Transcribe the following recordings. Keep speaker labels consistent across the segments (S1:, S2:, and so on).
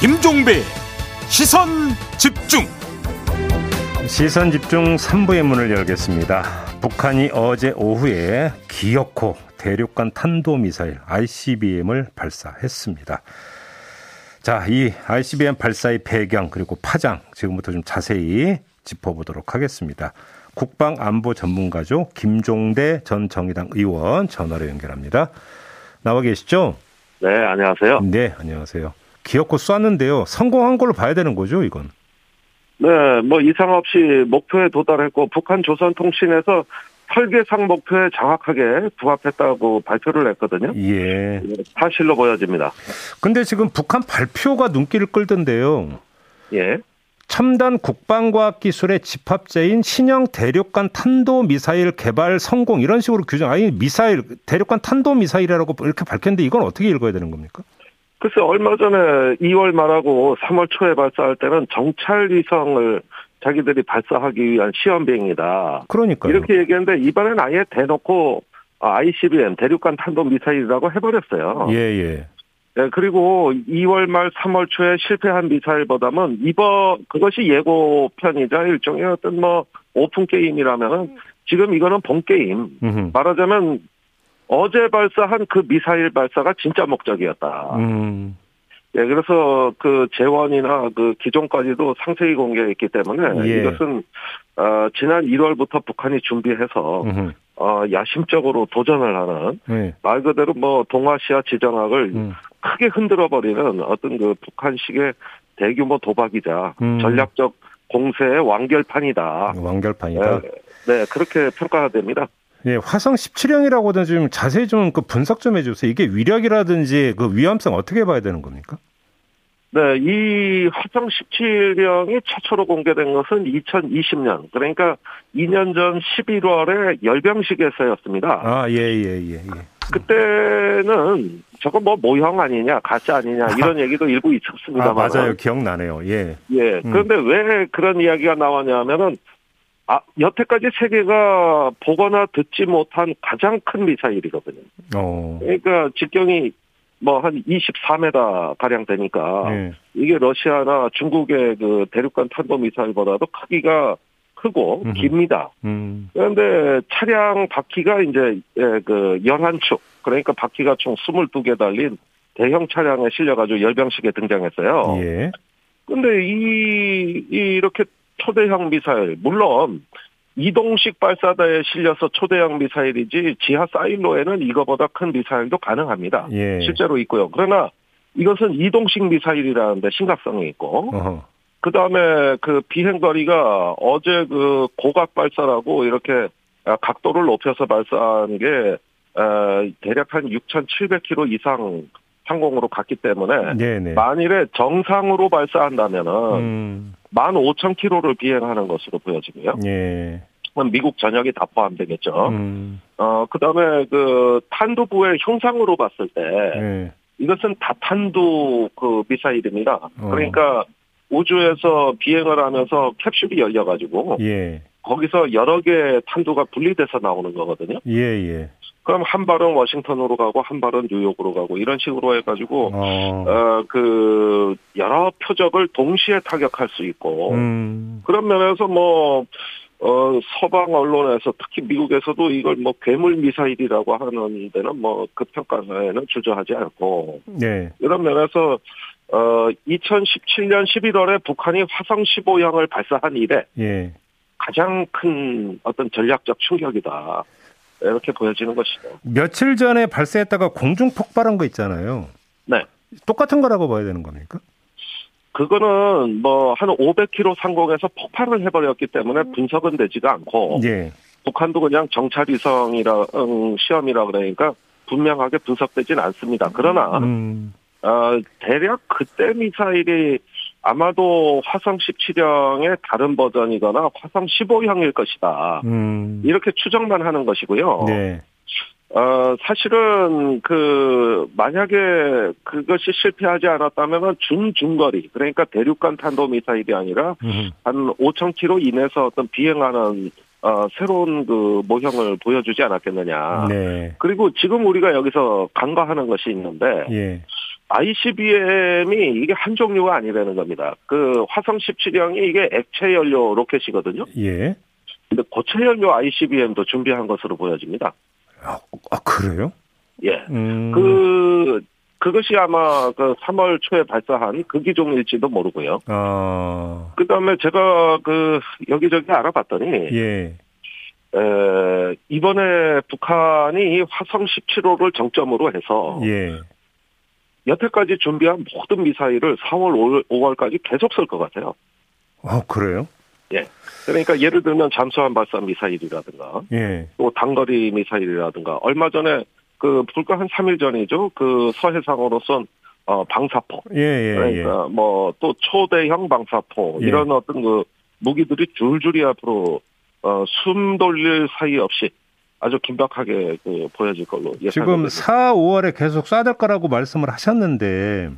S1: 김종배 시선 집중
S2: 시선 집중 3부의 문을 열겠습니다. 북한이 어제 오후에 기어코 대륙간 탄도미사일 ICBM을 발사했습니다. 자, 이 ICBM 발사의 배경 그리고 파장 지금부터 좀 자세히 짚어보도록 하겠습니다. 국방안보 전문가죠 김종대 전 정의당 의원 전화로 연결합니다. 나와 계시죠?
S3: 네, 안녕하세요.
S2: 네, 안녕하세요. 기어코 쐈는데요. 성공한 걸로 봐야 되는 거죠, 이건?
S3: 네, 뭐 이상 없이 목표에 도달했고 북한 조선통신에서 설계상 목표에 정확하게 부합했다고 발표를 했거든요.
S2: 예.
S3: 사실로 보여집니다.
S2: 근데 지금 북한 발표가 눈길을 끌던데요.
S3: 예.
S2: 첨단 국방과학 기술의 집합체인 신형 대륙간 탄도 미사일 개발 성공 이런 식으로 규정 아니 미사일 대륙간 탄도 미사일이라고 이렇게 밝혔는데 이건 어떻게 읽어야 되는 겁니까?
S3: 글쎄 얼마 전에 2월 말하고 3월 초에 발사할 때는 정찰 위성을 자기들이 발사하기 위한 시험 비행이다.
S2: 그러니까요.
S3: 이렇게 얘기했는데 이번엔 아예 대놓고 ICBM 대륙간 탄도 미사일이라고 해버렸어요.
S2: 예, 예.
S3: 네, 그리고 2월 말 3월 초에 실패한 미사일보다는 이번 그것이 예고편이자 일종의 어떤 뭐 오픈 게임이라면은 지금 이거는 본 게임.
S2: 음흠.
S3: 말하자면 어제 발사한 그 미사일 발사가 진짜 목적이었다.
S2: 음.
S3: 예, 그래서 그 재원이나 그 기존까지도 상세히 공개했기 때문에
S2: 예.
S3: 이것은 어, 지난 1월부터 북한이 준비해서
S2: 음흠.
S3: 어, 야심적으로 도전을 하는
S2: 예.
S3: 말 그대로 뭐 동아시아 지정학을
S2: 음.
S3: 크게 흔들어 버리는 어떤 그 북한식의 대규모 도박이자
S2: 음.
S3: 전략적 공세의
S2: 아.
S3: 완결판이다.
S2: 완결판이다.
S3: 네, 네, 그렇게 평가됩니다.
S2: 예, 화성 17형이라고는 좀 자세히 좀 그 분석 좀 해주세요. 이게 위력이라든지 그 위험성 어떻게 봐야 되는 겁니까?
S3: 네, 이 화성 17형이 최초로 공개된 것은 2020년, 그러니까 2년 전 11월에 열병식에서였습니다.
S2: 아, 예, 예, 예, 예.
S3: 그때는 저거 뭐 모형 아니냐, 가짜 아니냐 이런 얘기도 일부
S2: 아,
S3: 있었습니다만.
S2: 맞아요. 기억나네요. 예.
S3: 예.
S2: 음.
S3: 그런데 왜 그런 이야기가 나왔냐면은 아 여태까지 세계가 보거나 듣지 못한 가장 큰 미사일이거든요.
S2: 어.
S3: 그러니까 직경이 뭐 한 24m 가량 되니까
S2: 예.
S3: 이게 러시아나 중국의 그 대륙간 탄도 미사일보다도 크기가 크고
S2: 음흠.
S3: 깁니다.
S2: 음.
S3: 그런데 차량 바퀴가 이제 예, 그 연한축 그러니까 바퀴가 총 22개 달린 대형 차량에 실려가지고 열병식에 등장했어요.
S2: 예.
S3: 근데 이, 이 이렇게 초대형 미사일 물론 이동식 발사대에 실려서 초대형 미사일이지 지하 사일로에는 이거보다 큰 미사일도 가능합니다.
S2: 예.
S3: 실제로 있고요. 그러나 이것은 이동식 미사일이라는데 심각성이 있고
S2: 어허.
S3: 그 다음에 그 비행거리가 어제 그 고각 발사라고 이렇게 아, 각도를 높여서 발사한 게 어, 대략 한 6,700km 이상 항공으로 갔기 때문에
S2: 네네.
S3: 만일에 정상으로 발사한다면은
S2: 예. 음,
S3: 15,000km를 비행하는 것으로 보여지고요.
S2: 예.
S3: 그럼 미국 전역이 다 포함되겠죠.
S2: 음,
S3: 어 그다음에 그 탄두부의 형상으로 봤을 때
S2: 예.
S3: 이것은 다탄두 그 미사일입니다.
S2: 어.
S3: 그러니까 우주에서 비행을 하면서 캡슐이 열려가지고
S2: 예.
S3: 거기서 여러 개의 탄두가 분리돼서 나오는 거거든요.
S2: 예, 예.
S3: 그럼 한 발은 워싱턴으로 가고 한 발은 뉴욕으로 가고 이런 식으로 해가지고
S2: 어.
S3: 어 그 여러 표적을 동시에 타격할 수 있고
S2: 음.
S3: 그런 면에서 뭐 어, 서방 언론에서 특히 미국에서도 이걸 뭐 괴물 미사일이라고 하는 데는 뭐 그 평가에는 주저하지 않고
S2: 예.
S3: 이런 면에서 어 2017년 11월에 북한이 화성 15형을 발사한 이래
S2: 예.
S3: 가장 큰 어떤 전략적 충격이다 이렇게 보여지는 것이죠.
S2: 며칠 전에 발사했다가 공중 폭발한 거 있잖아요.
S3: 네.
S2: 똑같은 거라고 봐야 되는 겁니까?
S3: 그거는 뭐 한 500km 상공에서 폭발을 해버렸기 때문에 분석은 되지가 않고
S2: 예.
S3: 북한도 그냥 정찰위성이라 음, 시험이라 그러니까 분명하게 분석되진 않습니다. 그러나
S2: 음.
S3: 어, 대략 그때 미사일이 아마도 화성 17형의 다른 버전이거나 화성 15형일 것이다.
S2: 음.
S3: 이렇게 추정만 하는 것이고요.
S2: 네.
S3: 어, 사실은 그 만약에 그것이 실패하지 않았다면 준중거리 그러니까 대륙간 탄도 미사일이 아니라
S2: 음.
S3: 한 5,000km 이내에서 어떤 비행하는 어, 새로운 그 모형을 보여주지 않았겠느냐.
S2: 네.
S3: 그리고 지금 우리가 여기서 간과하는 것이 있는데
S2: 예.
S3: ICBM이 이게 한 종류가 아니라는 겁니다. 그 화성 17형이 이게 액체 연료 로켓이거든요.
S2: 예.
S3: 근데 고체 연료 ICBM도 준비한 것으로 보여집니다.
S2: 아 그래요?
S3: 예.
S2: 음,
S3: 그 그것이 아마 그 3월 초에 발사한 그 기종일지도 모르고요.
S2: 아,
S3: 그다음에 제가 그 여기저기 알아봤더니
S2: 예.
S3: 에, 이번에 북한이 이 화성 17호를 정점으로 해서
S2: 예.
S3: 여태까지 준비한 모든 미사일을 4월 5월, 까지 계속 쏠 것 같아요.
S2: 아 그래요?
S3: 그러니까 예를 들면 잠수함 발사 미사일이라든가
S2: 예.
S3: 또 단거리 미사일이라든가 얼마 전에 그 불과 한 3일 전이죠. 그 서해상으로 쏜 어, 방사포
S2: 예, 예, 예.
S3: 그러니까 뭐 또 초대형 방사포
S2: 예.
S3: 이런 어떤 그 무기들이 줄줄이 앞으로 어, 숨 돌릴 사이 없이 아주 긴박하게 그 보여질 걸로
S2: 지금
S3: 예상됩니다.
S2: 4, 5월에 계속 쏴댈 거라고 말씀을 하셨는데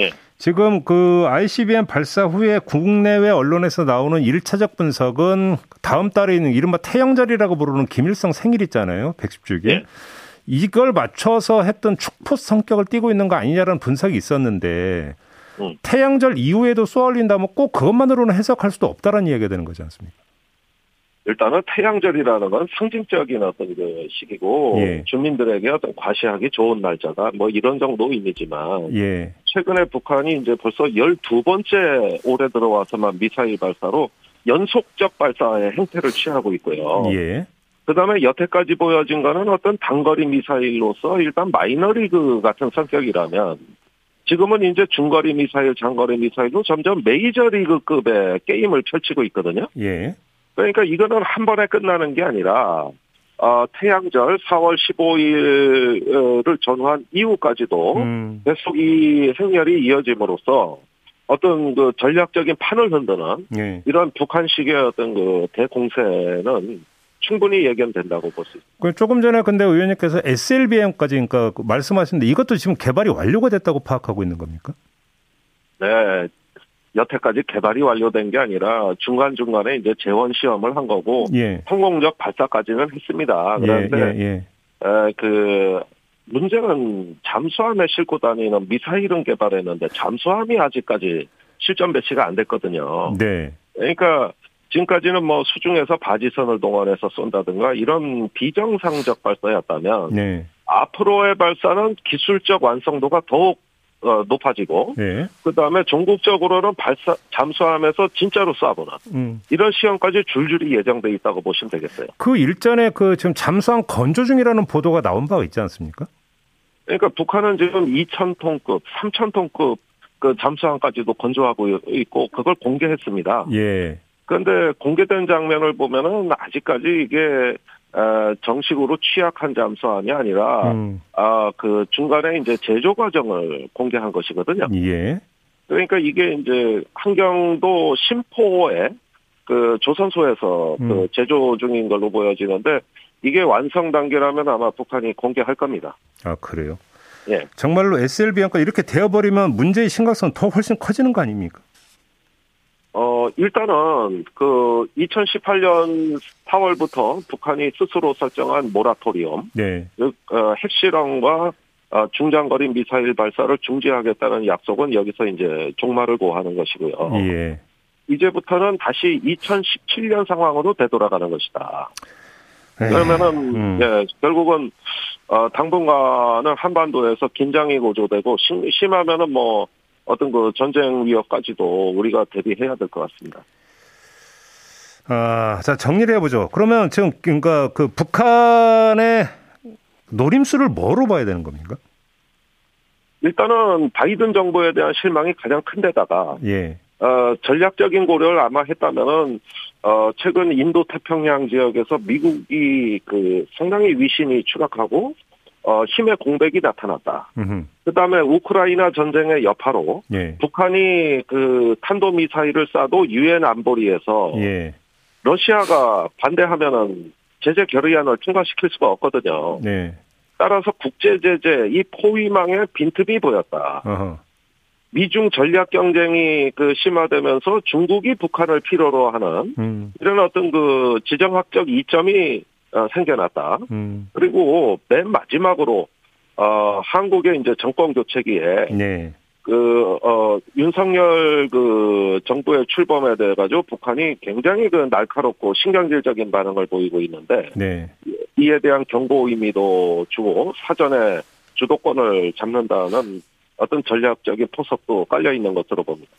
S3: 예.
S2: 지금 그 ICBM 발사 후에 국내외 언론에서 나오는 일차적 분석은 다음 달에 있는 이른바 태양절이라고 부르는 김일성 생일 있잖아요. 110주기.
S3: 예.
S2: 이걸 맞춰서 했던 축포 성격을 띠고 있는 거 아니냐라는 분석이 있었는데
S3: 음.
S2: 태양절 이후에도 쏘아올린다면 뭐 꼭 그것만으로는 해석할 수도 없다라는 이야기가 되는 거지 않습니까?
S3: 일단은 태양절이라는 건 상징적인 어떤 그 시기고
S2: 예.
S3: 주민들에게 어떤 과시하기 좋은 날짜다 뭐 이런 정도 의미지만
S2: 예.
S3: 최근에 북한이 이제 벌써 12번째 올해 들어와서만 미사일 발사로 연속적 발사의 행태를 취하고 있고요.
S2: 예.
S3: 그다음에 여태까지 보여진 거는 어떤 단거리 미사일로서 일단 마이너리그 같은 성격이라면 지금은 이제 중거리 미사일, 장거리 미사일로 점점 메이저리그급의 게임을 펼치고 있거든요.
S2: 예.
S3: 그러니까 이거는 한 번에 끝나는 게 아니라 어, 태양절 4월 15일을 전후한 이후까지도
S2: 음.
S3: 계속 이 행렬이 이어짐으로써 어떤 그 전략적인 판을 흔드는
S2: 예.
S3: 이런 북한식의 어떤 그 대공세는 충분히 예견된다고 볼 수 있습니다.
S2: 그 조금 전에 근데 의원님께서 SLBM까지 그러니까 그 말씀하시는데 이것도 지금 개발이 완료가 됐다고 파악하고 있는 겁니까?
S3: 네. 여태까지 개발이 완료된 게 아니라 중간중간에 이제 재원 시험을 한 거고
S2: 예.
S3: 성공적 발사까지는 했습니다.
S2: 예,
S3: 아, 그런데
S2: 예, 예.
S3: 에, 그 문제는 잠수함에 싣고 다니는 미사일은 개발했는데 잠수함이 아직까지 실전 배치가 안 됐거든요.
S2: 네.
S3: 그러니까 지금까지는 뭐 수중에서 바지선을 동원해서 쏜다든가 이런 비정상적 발사였다면
S2: 네.
S3: 앞으로의 발사는 기술적 완성도가 더욱 어, 높아지고
S2: 예.
S3: 그 다음에 전국적으로는 발사 잠수함에서 진짜로 쏴보는
S2: 음.
S3: 이런 시험까지 줄줄이 예정돼 있다고 보시면 되겠어요.
S2: 그 일전에 그 지금 잠수함 건조 중이라는 보도가 나온 바가 있지 않습니까?
S3: 그러니까 북한은 지금 2,000톤급, 3,000톤급 그 잠수함까지도 건조하고 있고 그걸 공개했습니다.
S2: 예.
S3: 그런데 공개된 장면을 보면은 아직까지 이게 어, 정식으로 취약한 잠수함이 아니라
S2: 음.
S3: 아, 그 중간에 이제 제조 과정을 공개한 것이거든요.
S2: 예.
S3: 그러니까 이게 이제 한경도 심포에 그 조선소에서 그
S2: 음.
S3: 제조 중인 걸로 보여지는데 이게 완성 단계라면 아마 북한이 공개할 겁니다.
S2: 아, 그래요.
S3: 예.
S2: 정말로 SLBM까지 이렇게 되어 버리면 문제의 심각성은 더 훨씬 커지는 거 아닙니까?
S3: 어, 일단은 그 2018년 4월부터 북한이 스스로 설정한 모라토리엄,
S2: 네.
S3: 즉, 어, 핵실험과 어, 중장거리 미사일 발사를 중지하겠다는 약속은 여기서 이제 종말을 고하는 것이고요.
S2: 예.
S3: 이제부터는 다시 2017년 상황으로 되돌아가는 것이다.
S2: 에이,
S3: 그러면은
S2: 음.
S3: 예, 결국은 어, 당분간은 한반도에서 긴장이 고조되고 심, 심하면은 뭐 어떤 그 전쟁 위협까지도 우리가 대비해야 될 것 같습니다.
S2: 아, 자, 정리를 해보죠. 그러면 지금, 그러니까 그 북한의 노림수를 뭐로 봐야 되는 겁니까?
S3: 일단은 바이든 정부에 대한 실망이 가장 큰데다가
S2: 예.
S3: 어, 전략적인 고려를 아마 했다면은 어, 최근 인도 태평양 지역에서 미국이 그 상당히 위신이 추락하고 어, 힘의 공백이 나타났다.
S2: 음흠.
S3: 그다음에 우크라이나 전쟁의 여파로
S2: 예.
S3: 북한이 그 탄도 미사일을 쏴도 유엔 안보리에서
S2: 예.
S3: 러시아가 반대하면은 제재 결의안을 통과시킬 수가 없거든요.
S2: 네.
S3: 따라서 국제 제재 이 포위망에 빈틈이 보였다.
S2: 어허.
S3: 미중 전략 경쟁이 그 심화되면서 중국이 북한을 필요로 하는
S2: 음.
S3: 이런 어떤 그 지정학적 이점이 어, 생겨났다.
S2: 음.
S3: 그리고 맨 마지막으로 어, 어, 한국의 이제 정권 교체기에
S2: 네.
S3: 그, 어, 윤석열 그 정부의 출범에 대해 가지고 북한이 굉장히 그 날카롭고 신경질적인 반응을 보이고 있는데
S2: 네.
S3: 이에 대한 경고 의미도 주고 사전에 주도권을 잡는다는 어떤 전략적인 포석도 깔려 있는 것으로 봅니다.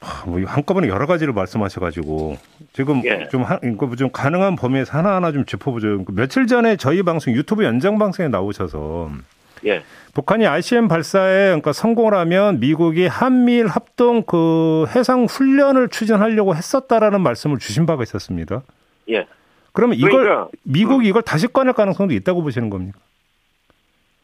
S2: 아, 뭐 이거 한꺼번에 여러 가지를 말씀하셔가지고 지금
S3: 예.
S2: 좀, 하, 이거 뭐 좀 가능한 범위에서 하나하나 좀 짚어보죠. 며칠 전에 저희 방송 유튜브 연장 방송에 나오셔서
S3: 예,
S2: 북한이 ICM 발사에 그러니까 성공을 하면 미국이 한미일 합동 그 해상 훈련을 추진하려고 했었다라는 말씀을 주신 바가 있었습니다.
S3: 예.
S2: 그러면 이걸
S3: 그러니까,
S2: 미국이 이걸 다시 꺼낼 가능성도 있다고 보시는 겁니까?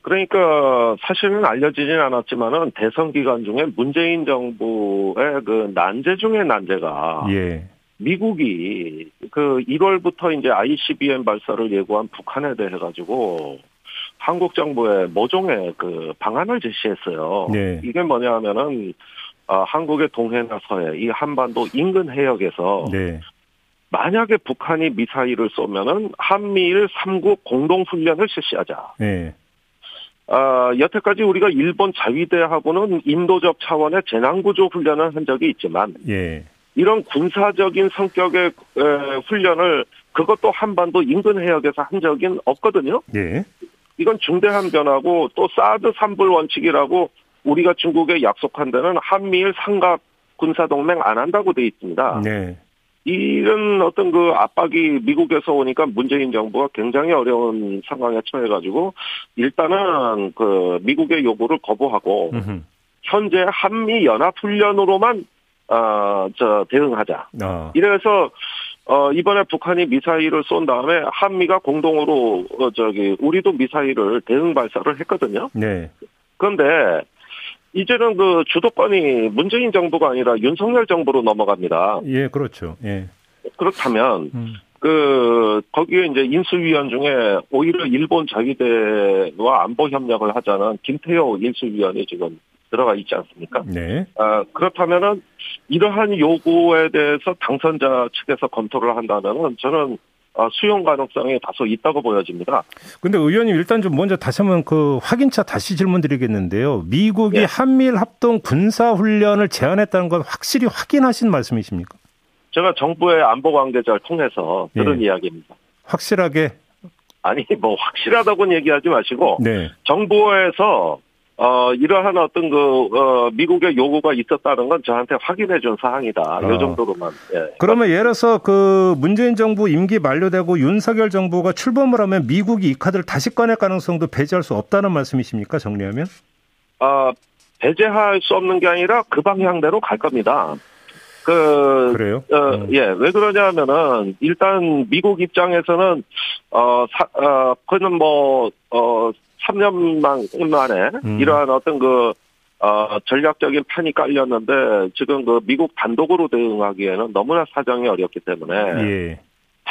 S3: 그러니까 사실은 알려지진 않았지만은 대선 기간 중에 문재인 정부의 그 난제 중에 난제가
S2: 예.
S3: 미국이 그 1월부터 이제 ICBM 발사를 예고한 북한에 대해 가지고 한국 정부에 모종의 그 방안을 제시했어요.
S2: 네.
S3: 이게 뭐냐 하면은 아, 한국의 동해나 서해 이 한반도 인근 해역에서
S2: 네.
S3: 만약에 북한이 미사일을 쏘면은 한미일 3국 공동 훈련을 실시하자.
S2: 네.
S3: 아, 여태까지 우리가 일본 자위대하고는 인도적 차원의 재난구조 훈련을 한 적이 있지만
S2: 예.
S3: 이런 군사적인 성격의 에, 훈련을 그것도 한반도 인근 해역에서 한 적은 없거든요.
S2: 예.
S3: 이건 중대한 변화고 또 사드 삼불 원칙이라고 우리가 중국에 약속한 데는 한미일 삼각 군사 동맹 안 한다고 돼 있습니다.
S2: 네.
S3: 이런 어떤 그 압박이 미국에서 오니까 문재인 정부가 굉장히 어려운 상황에 처해가지고 일단은 그 미국의 요구를 거부하고
S2: 음흠.
S3: 현재 한미 연합 훈련으로만 어저 대응하자.
S2: 아.
S3: 이래서 어 이번에 북한이 미사일을 쏜 다음에 한미가 공동으로 어, 저기 우리도 미사일을 대응 발사를 했거든요.
S2: 네.
S3: 그런데 이제는 그 주도권이 문재인 정부가 아니라 윤석열 정부로 넘어갑니다.
S2: 예, 그렇죠. 예.
S3: 그렇다면
S2: 음.
S3: 그 거기에 이제 인수위원 중에 오히려 일본 자위대와 안보 협력을 하자는 김태호 인수위원이 지금 들어가 있지 않습니까?
S2: 네.
S3: 아, 그렇다면은 이러한 요구에 대해서 당선자 측에서 검토를 한다면은 저는 아, 수용 가능성이 다소 있다고 보여집니다.
S2: 근데 의원님 일단 좀 먼저 다시 한번 그 확인차 다시 질문드리겠는데요. 미국이
S3: 예.
S2: 한미일 합동 군사 훈련을 제안했다는 건 확실히 확인하신 말씀이십니까?
S3: 제가 정부의 안보 관계자를 통해서 들은
S2: 예.
S3: 이야기입니다.
S2: 확실하게
S3: 아니 뭐 확실하다고는 얘기하지 마시고
S2: 네.
S3: 정부에서 어 이러한 어떤 그 어, 미국의 요구가 있었다는 건 저한테 확인해 준 사항이다.
S2: 아.
S3: 요 정도로만. 예.
S2: 그러면 예를 들어서 그 문재인 정부 임기 만료되고 윤석열 정부가 출범을 하면 미국이 이 카드를 다시 꺼낼 가능성도 배제할 수 없다는 말씀이십니까? 정리하면?
S3: 아, 배제할 수 없는 게 아니라 그 방향대로 갈 겁니다. 그
S2: 그래요?
S3: 어,
S2: 음.
S3: 예, 왜 그러냐면은, 일단 미국 입장에서는, 어, 사, 어, 그는 뭐, 어, 3년 만, 만에
S2: 음.
S3: 이러한 어떤 그, 어, 전략적인 판이 깔렸는데, 지금 그 미국 단독으로 대응하기에는 너무나 사정이 어렵기 때문에,
S2: 예.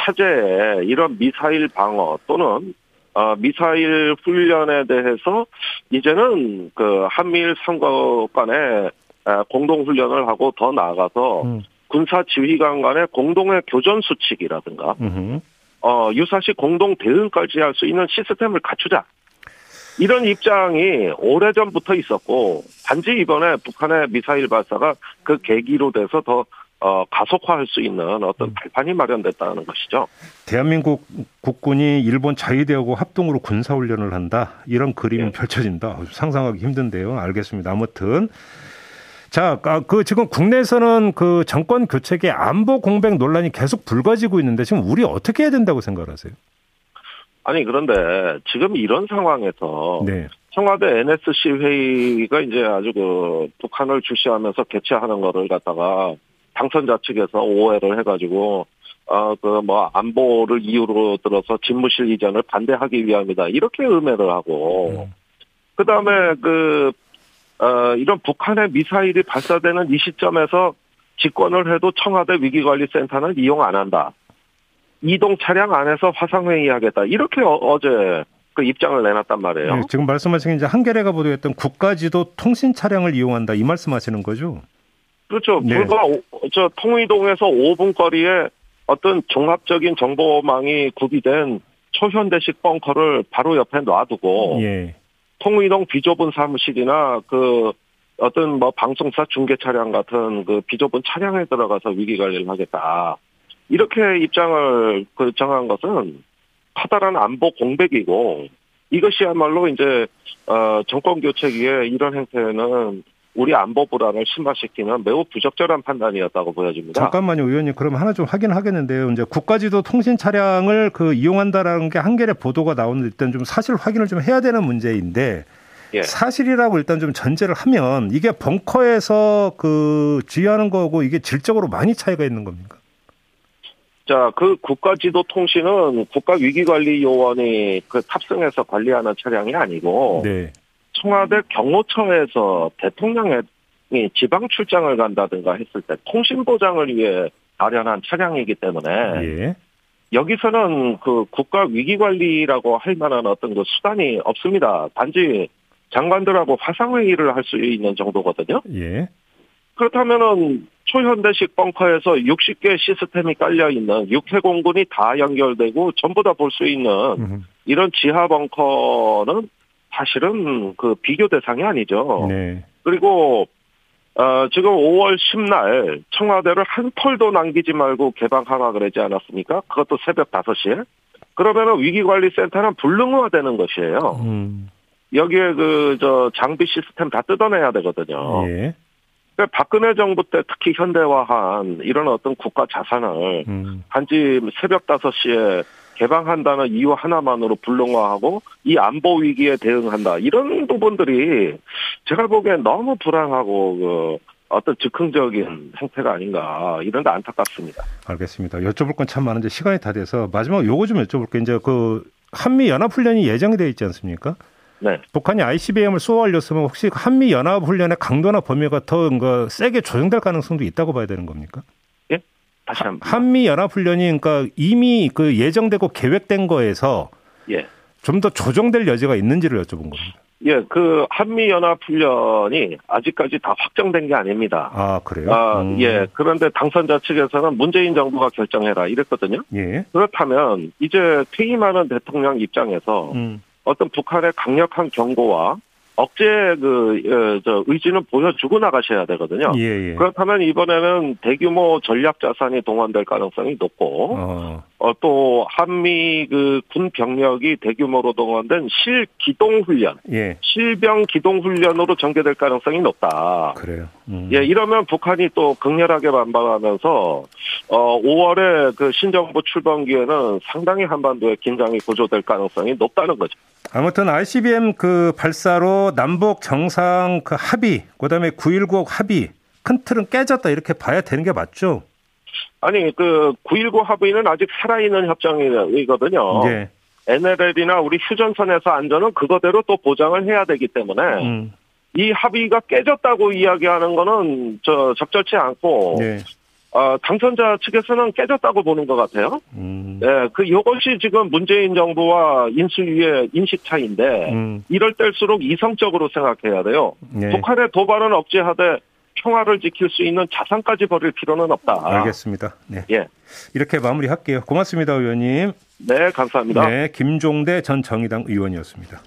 S3: 타제에 이런 미사일 방어 또는, 어, 미사일 훈련에 대해서, 이제는 그 한미일 선거 간에 어, 공동훈련을 하고 더 나아가서,
S2: 음.
S3: 군사 지휘관 간의 공동의 교전 수칙이라든가
S2: 음흠.
S3: 어, 유사시 공동 대응까지 할 수 있는 시스템을 갖추자. 이런 입장이 오래전부터 있었고 단지 이번에 북한의 미사일 발사가 그 계기로 돼서 더 어, 가속화할 수 있는 어떤 발판이 마련됐다는 것이죠.
S2: 대한민국 국군이 일본 자위대하고 합동으로 군사훈련을 한다. 이런 그림이
S3: 예.
S2: 펼쳐진다. 아주 상상하기 힘든데요. 알겠습니다. 아무튼. 자, 아, 그 지금 국내에서는 그 정권 교체의 안보 공백 논란이 계속 불거지고 있는데 지금 우리 어떻게 해야 된다고 생각하세요?
S3: 아니 그런데 지금 이런 상황에서
S2: 네.
S3: 청와대 NSC 회의가 이제 아주 그 북한을 주시하면서 개최하는 거를 갖다가 당선자 측에서 오해를 해가지고 어그 뭐 안보를 이유로 들어서 집무실 이전을 반대하기 위함이다 이렇게 음해를 하고 그 다음에 그 어, 이런 북한의 미사일이 발사되는 이 시점에서 집권을 해도 청와대 위기관리센터는 이용 안 한다. 이동 차량 안에서 화상회의하겠다. 이렇게 어, 제그 입장을 내놨단 말이에요.
S2: 네, 지금 말씀하신 게 이제 한겨레가 보도했던 국가지도 통신 차량을 이용한다 이 말씀하시는 거죠?
S3: 그렇죠.
S2: 네.
S3: 불과 오- 저 통일동에서 5분 거리에 어떤 종합적인 정보망이 구비된 초현대식 벙커를 바로 옆에 놔두고
S2: 예.
S3: 통의동 비좁은 사무실이나 그 어떤 뭐 방송사 중계 차량 같은 그 비좁은 차량에 들어가서 위기 관리를 하겠다. 이렇게 입장을 그 정한 것은 커다란 안보 공백이고 이것이야말로 이제 어 정권 교체기에 이런 행태는 우리 안보 불안을 심화시키는 매우 부적절한 판단이었다고 보여집니다.
S2: 잠깐만요, 의원님. 그럼 하나 좀 확인하겠는데요. 이제 국가지도 통신 차량을 그 이용한다라는 게 한겨레 보도가 나오는데 일단 좀 사실 확인을 좀 해야 되는 문제인데
S3: 예.
S2: 사실이라고 일단 좀 전제를 하면 이게 벙커에서 그 주의하는 거고 이게 질적으로 많이 차이가 있는 겁니까?
S3: 자, 그 국가지도 통신은 국가위기관리요원이 그 탑승해서 관리하는 차량이 아니고
S2: 네.
S3: 청와대 경호처에서 대통령이 지방 출장을 간다든가 했을 때 통신 보장을 위해 마련한 차량이기 때문에
S2: 예.
S3: 여기서는 그 국가 위기 관리라고 할 만한 어떤 그 수단이 없습니다. 단지 장관들하고 화상 회의를 할 수 있는 정도거든요.
S2: 예.
S3: 그렇다면은 초현대식 벙커에서 60개 시스템이 깔려 있는 육해공군이 다 연결되고 전부 다 볼 수 있는
S2: 음,
S3: 이런 지하 벙커는 사실은 그 비교 대상이 아니죠.
S2: 네.
S3: 그리고 어, 지금 5월 10날 청와대를 한 털도 남기지 말고 개방하라 그러지 않았습니까? 그것도 새벽 5시에. 그러면은 위기관리센터는 불능화되는 것이에요.
S2: 음,
S3: 여기에 그 저 장비 시스템 다 뜯어내야 되거든요.
S2: 예.
S3: 그러니까 박근혜 정부 때 특히 현대화한 이런 어떤 국가 자산을
S2: 음,
S3: 단지 새벽 5시에 개방한다는 이유 하나만으로 불능화하고 이 안보 위기에 대응한다. 이런 부분들이 제가 보기엔 너무 불안하고 그 어떤 즉흥적인 행태가 아닌가 이런 데 안타깝습니다.
S2: 알겠습니다. 여쭤볼 건 참 많은데 시간이 다 돼서 마지막 요거 좀 여쭤볼게요. 이제 그 한미 연합 훈련이 예정이 돼 있지 않습니까?
S3: 네.
S2: 북한이 ICBM을 쏘아 올렸으면 혹시 한미 연합 훈련의 강도나 범위가 더 뭔가 세게 조정될 가능성도 있다고 봐야 되는 겁니까?
S3: 다시 한번.
S2: 한미 연합 훈련이 그러니까 이미 그 예정되고 계획된 거에서
S3: 예.
S2: 좀 더 조정될 여지가 있는지를 여쭤본 겁니다.
S3: 예, 그 한미연합훈련이 아직까지 다 확정된 게 아닙니다.
S2: 아 그래요?
S3: 아,
S2: 음.
S3: 예. 그런데 당선자 측에서는 문재인 정부가 결정해라 이랬거든요.
S2: 예.
S3: 그렇다면 이제 퇴임하는 대통령 입장에서
S2: 음.
S3: 어떤 북한의 강력한 경고와 억제 그 어, 저, 의지는 보여주고 나가셔야 되거든요.
S2: 예. 예.
S3: 어, 그렇다면 이번에는 대규모 전략 자산이 동원될 가능성이 높고
S2: 어.
S3: 어, 또 한미 그 군 병력이 대규모로 동원된 실기동 훈련,
S2: 예.
S3: 실병 기동 훈련으로 전개될 가능성이 높다.
S2: 그래요. 음.
S3: 예, 이러면 북한이 또 극렬하게 반발하면서 어 5월에 그 신정부 출범기에는 상당히 한반도의 긴장이 고조될 가능성이 높다는 거죠.
S2: 아무튼 ICBM 그 발사로 남북 정상 그 합의, 그다음에 9.19 합의 큰 틀은 깨졌다 이렇게 봐야 되는 게 맞죠?
S3: 아니 그 919 합의는 아직 살아있는 협정이거든요.
S2: 예.
S3: NLL이나 우리 휴전선에서 안전은 그거대로 또 보장을 해야 되기 때문에
S2: 음.
S3: 이 합의가 깨졌다고 이야기하는 거는 저 적절치 않고
S2: 예.
S3: 어, 당선자 측에서는 깨졌다고 보는 것 같아요.
S2: 음.
S3: 예, 그 이것이 지금 문재인 정부와 인수위의 인식 차이인데
S2: 음.
S3: 이럴 때일수록 이성적으로 생각해야 돼요.
S2: 예.
S3: 북한의 도발은 억제하되 평화를 지킬 수 있는 자산까지 버릴 필요는 없다.
S2: 알겠습니다. 네.
S3: 예.
S2: 이렇게 마무리할게요. 고맙습니다, 의원님.
S3: 네, 감사합니다.
S2: 네, 김종대 전 정의당 의원이었습니다.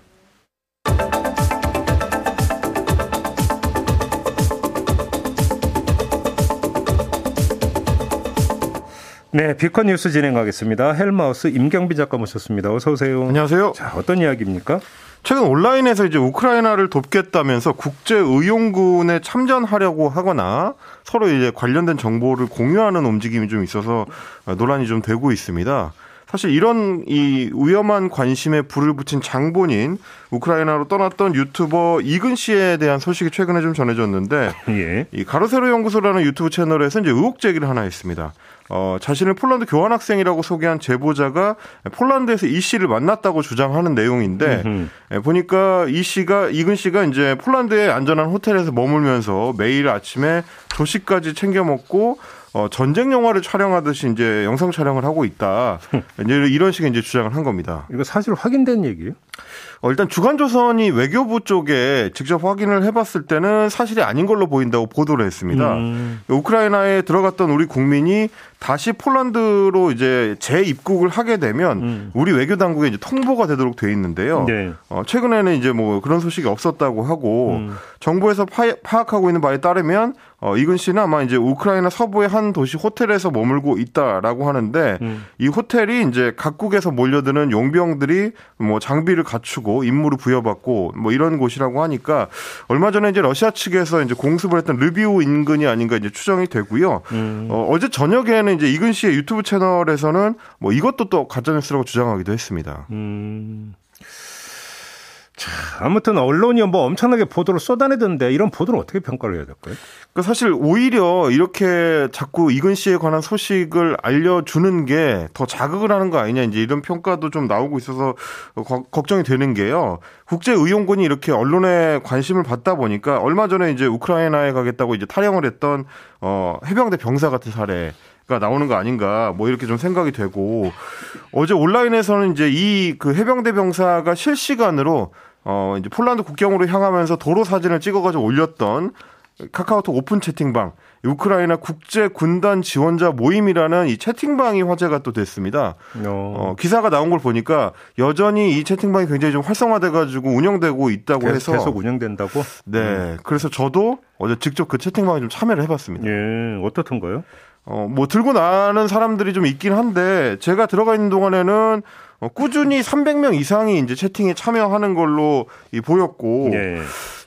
S2: 네, 비컨 뉴스 진행하겠습니다. 헬마우스 임경비 작가 모셨습니다. 어서 오세요.
S4: 안녕하세요.
S2: 자, 어떤 이야기입니까?
S4: 최근 온라인에서 이제 우크라이나를 돕겠다면서 국제 의용군에 참전하려고 하거나 서로 이제 관련된 정보를 공유하는 움직임이 좀 있어서 논란이 좀 되고 있습니다. 사실 이런 이 위험한 관심에 불을 붙인 장본인 우크라이나로 떠났던 유튜버 이근 씨에 대한 소식이 최근에 좀 전해졌는데
S2: 예.
S4: 이 가로세로 연구소라는 유튜브 채널에서 이제 의혹 제기를 하나 했습니다. 어, 자신을 폴란드 교환학생이라고 소개한 제보자가 폴란드에서 이 씨를 만났다고 주장하는 내용인데 예, 보니까 이 씨가 이근 씨가 이제 폴란드의 안전한 호텔에서 머물면서 매일 아침에 조식까지 챙겨 먹고 어, 전쟁 영화를 촬영하듯이 이제 영상 촬영을 하고 있다. 이제 이런 식의 이제 주장을 한 겁니다.
S2: 이거 사실 확인된 얘기예요?
S4: 어, 일단 주간조선이 외교부 쪽에 직접 확인을 해봤을 때는 사실이 아닌 걸로 보인다고 보도를 했습니다.
S2: 음.
S4: 우크라이나에 들어갔던 우리 국민이 다시 폴란드로 이제 재입국을 하게 되면
S2: 음.
S4: 우리 외교 당국에 이제 통보가 되도록 돼 있는데요.
S2: 네.
S4: 어, 최근에는 이제 뭐 그런 소식이 없었다고 하고
S2: 음.
S4: 정부에서 파, 악하고 있는 바에 따르면 어, 이근 씨는 아마 이제 우크라이나 서부의 한 도시 호텔에서 머물고 있다라고 하는데
S2: 음.
S4: 이 호텔이 이제 각국에서 몰려드는 용병들이 뭐 장비를 갖추고 임무를 부여받고 뭐 이런 곳이라고 하니까 얼마 전에 이제 러시아 측에서 이제 공습을 했던 르비오 인근이 아닌가 이제 추정이 되고요.
S2: 음.
S4: 어, 제 저녁에는 이제 이근 씨의 유튜브 채널에서는 뭐 이것도 또 가짜뉴스라고 주장하기도 했습니다.
S2: 음. 자, 아무튼 언론이 뭐 엄청나게 보도를 쏟아내던데 이런 보도를 어떻게 평가를 해야 될까요?
S4: 그 사실 오히려 이렇게 자꾸 이근 씨에 관한 소식을 알려주는 게 더 자극을 하는 거 아니냐 이제 이런 평가도 좀 나오고 있어서 거- 걱정이 되는 게요. 국제 의용군이 이렇게 언론에 관심을 받다 보니까 얼마 전에 이제 우크라이나에 가겠다고 이제 탈영을 했던 어 해병대 병사 같은 사례. 가 나오는 거 아닌가 뭐 이렇게 좀 생각이 되고 어제 온라인에서는 이제 이 그 해병대 병사가 실시간으로 어 이제 폴란드 국경으로 향하면서 도로 사진을 찍어가지고 올렸던 카카오톡 오픈 채팅방 우크라이나 국제 군단 지원자 모임이라는 이 채팅방이 화제가 또 됐습니다. 어, 기사가 나온 걸 보니까 여전히 이 채팅방이 굉장히 좀 활성화돼가지고 운영되고 있다고
S2: 계속,
S4: 해서
S2: 계속 음. 운영된다고?
S4: 네 그래서 저도 어제 직접 그 채팅방에 좀 참여를 해봤습니다.
S2: 예, 어떻던가요?
S4: 어, 뭐 들고 나는 사람들이 좀 있긴 한데 제가 들어가 있는 동안에는 어, 꾸준히 300명 이상이 이제 채팅에 참여하는 걸로 이 보였고
S2: 예.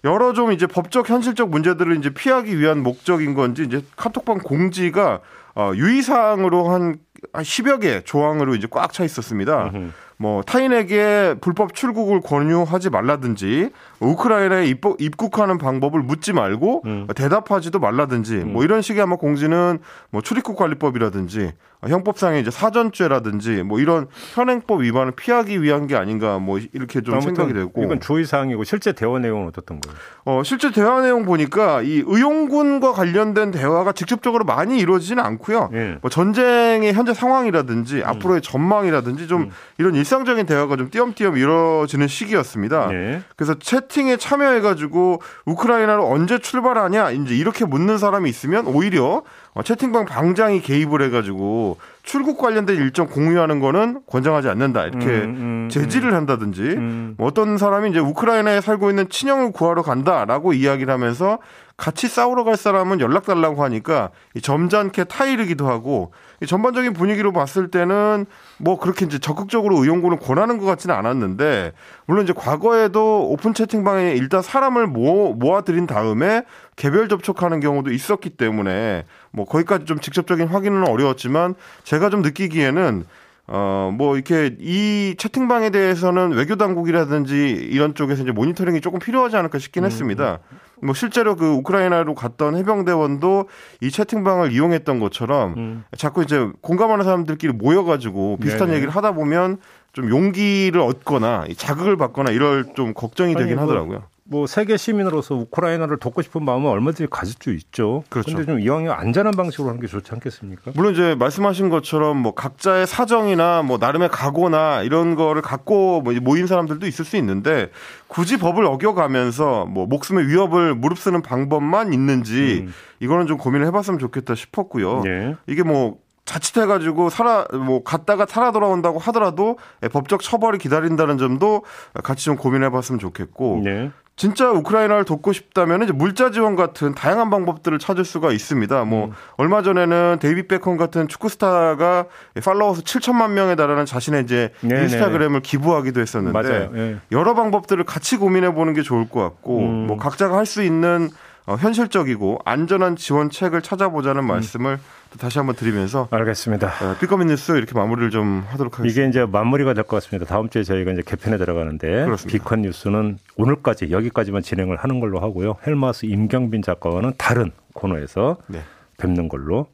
S4: 여러 좀 이제 법적 현실적 문제들을 이제 피하기 위한 목적인 건지 이제 카톡방 공지가 어, 유의사항으로 한, 한 10여 개 조항으로 이제 꽉 차 있었습니다.
S2: 음흠.
S4: 뭐 타인에게 불법 출국을 권유하지 말라든지 우크라이나에 입국, 입국하는 방법을 묻지 말고
S2: 음.
S4: 대답하지도 말라든지 뭐 이런 식의 아마 공지는 뭐 출입국 관리법이라든지 형법상의 이제 사전죄라든지 뭐 이런 현행법 위반을 피하기 위한 게 아닌가 뭐 이렇게 좀
S2: 아무튼
S4: 생각이 되고
S2: 이건 주의사항이고 실제 대화 내용은 어떻던가요?
S4: 어, 실제 대화 내용 보니까 이 의용군과 관련된 대화가 직접적으로 많이 이루어지지는 않고요.
S2: 예. 음.
S4: 뭐 전쟁의 현재 상황이라든지 앞으로의 전망이라든지 좀 이런 일상적인 대화가 좀 띄엄띄엄 이루어지는 시기였습니다.
S2: 예.
S4: 그래서 채팅에 참여해가지고 우크라이나로 언제 출발하냐 이제 이렇게 묻는 사람이 있으면 오히려 어, 채팅방 방장이 개입을 해가지고 출국 관련된 일정 공유하는 거는 권장하지 않는다 이렇게
S2: 음, 음,
S4: 제지를 한다든지
S2: 음.
S4: 뭐 어떤 사람이 이제 우크라이나에 살고 있는 친형을 구하러 간다라고 이야기를 하면서 같이 싸우러 갈 사람은 연락 달라고 하니까 이 점잖게 타이르기도 하고 이 전반적인 분위기로 봤을 때는 뭐 그렇게 이제 적극적으로 의용군을 권하는 것 같지는 않았는데 물론 이제 과거에도 오픈 채팅방에 일단 사람을 모아, 모아들인 다음에 개별 접촉하는 경우도 있었기 때문에 뭐 거기까지 좀 직접적인 확인은 어려웠지만 제가 좀 느끼기에는 어, 뭐, 이렇게, 이 채팅방에 대해서는 외교 당국이라든지 이런 쪽에서 이제 모니터링이 조금 필요하지 않을까 싶긴
S2: 음.
S4: 했습니다. 뭐, 실제로 그 우크라이나로 갔던 해병대원도 이 채팅방을 이용했던 것처럼 자꾸 이제 공감하는 사람들끼리 모여가지고 비슷한
S2: 음. 네네.
S4: 얘기를 하다 보면 좀 용기를 얻거나 이 자극을 받거나 이럴 좀 걱정이
S2: 아니,
S4: 되긴
S2: 뭐
S4: 하더라고요.
S2: 뭐 세계 시민으로서 우크라이나를 돕고 싶은 마음은 얼마든지 가질 수 있죠.
S4: 그렇죠.
S2: 근데 좀 이왕이 안전한 방식으로 하는 게 좋지 않겠습니까?
S4: 물론 이제 말씀하신 것처럼 뭐 각자의 사정이나 뭐 나름의 각오나 이런 거를 갖고 뭐 이제 모인 사람들도 있을 수 있는데 굳이 법을 어겨가면서 뭐 목숨의 위협을 무릅쓰는 방법만 있는지 이거는 좀 고민을 해봤으면 좋겠다 싶었고요.
S2: 예.
S4: 이게 뭐 자칫해가지고 살아 뭐 갔다가 살아 돌아온다고 하더라도 예, 법적 처벌이 기다린다는 점도 같이 좀 고민해봤으면 좋겠고
S2: 예.
S4: 진짜 우크라이나를 돕고 싶다면 이제 물자 지원 같은 다양한 방법들을 찾을 수가 있습니다.
S2: 음.
S4: 뭐 얼마 전에는 데이비 베컴 같은 축구 스타가 팔로워 수 7천만 명에 달하는 자신의 이제
S2: 네네.
S4: 인스타그램을 기부하기도 했었는데
S2: 맞아요. 예.
S4: 여러 방법들을 같이 고민해 보는 게 좋을 것 같고
S2: 음.
S4: 뭐 각자가 할 수 있는 어, 현실적이고 안전한 지원책을 찾아보자는
S2: 음.
S4: 말씀을 또 다시 한번 드리면서
S2: 알겠습니다.
S4: 어, 삐꺼민 뉴스 이렇게 마무리를 좀 하도록 하겠습니다.
S2: 이게 이제 마무리가 될 것 같습니다. 다음 주에 저희가 이제 개편에 들어가는데
S4: 그렇습니다.
S2: 비컨 뉴스는 오늘까지 여기까지만 진행을 하는 걸로 하고요. 헬마스 임경빈 작가와는 다른 코너에서
S4: 네.
S2: 뵙는 걸로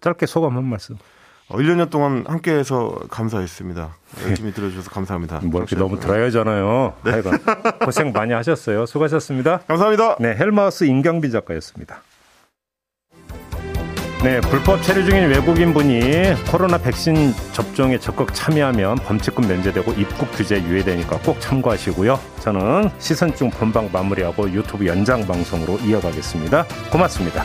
S2: 짧게 소감 한 말씀.
S4: 어, 1년 동안 함께해서 감사했습니다. 열심히 들어주셔서 감사합니다.
S2: 네.
S4: 네.
S2: 뭐 이렇게 너무 드라이하잖아요. 하여간 고생 많이 하셨어요. 수고하셨습니다.
S4: 감사합니다.
S2: 네, 헬마우스 임경빈 작가였습니다. 네, 불법 체류 중인 외국인 분이 코로나 백신 접종에 적극 참여하면 범칙금 면제되고 입국 규제 유예되니까 꼭 참고하시고요. 저는 시선중 본방 마무리하고 유튜브 연장 방송으로 이어가겠습니다. 고맙습니다.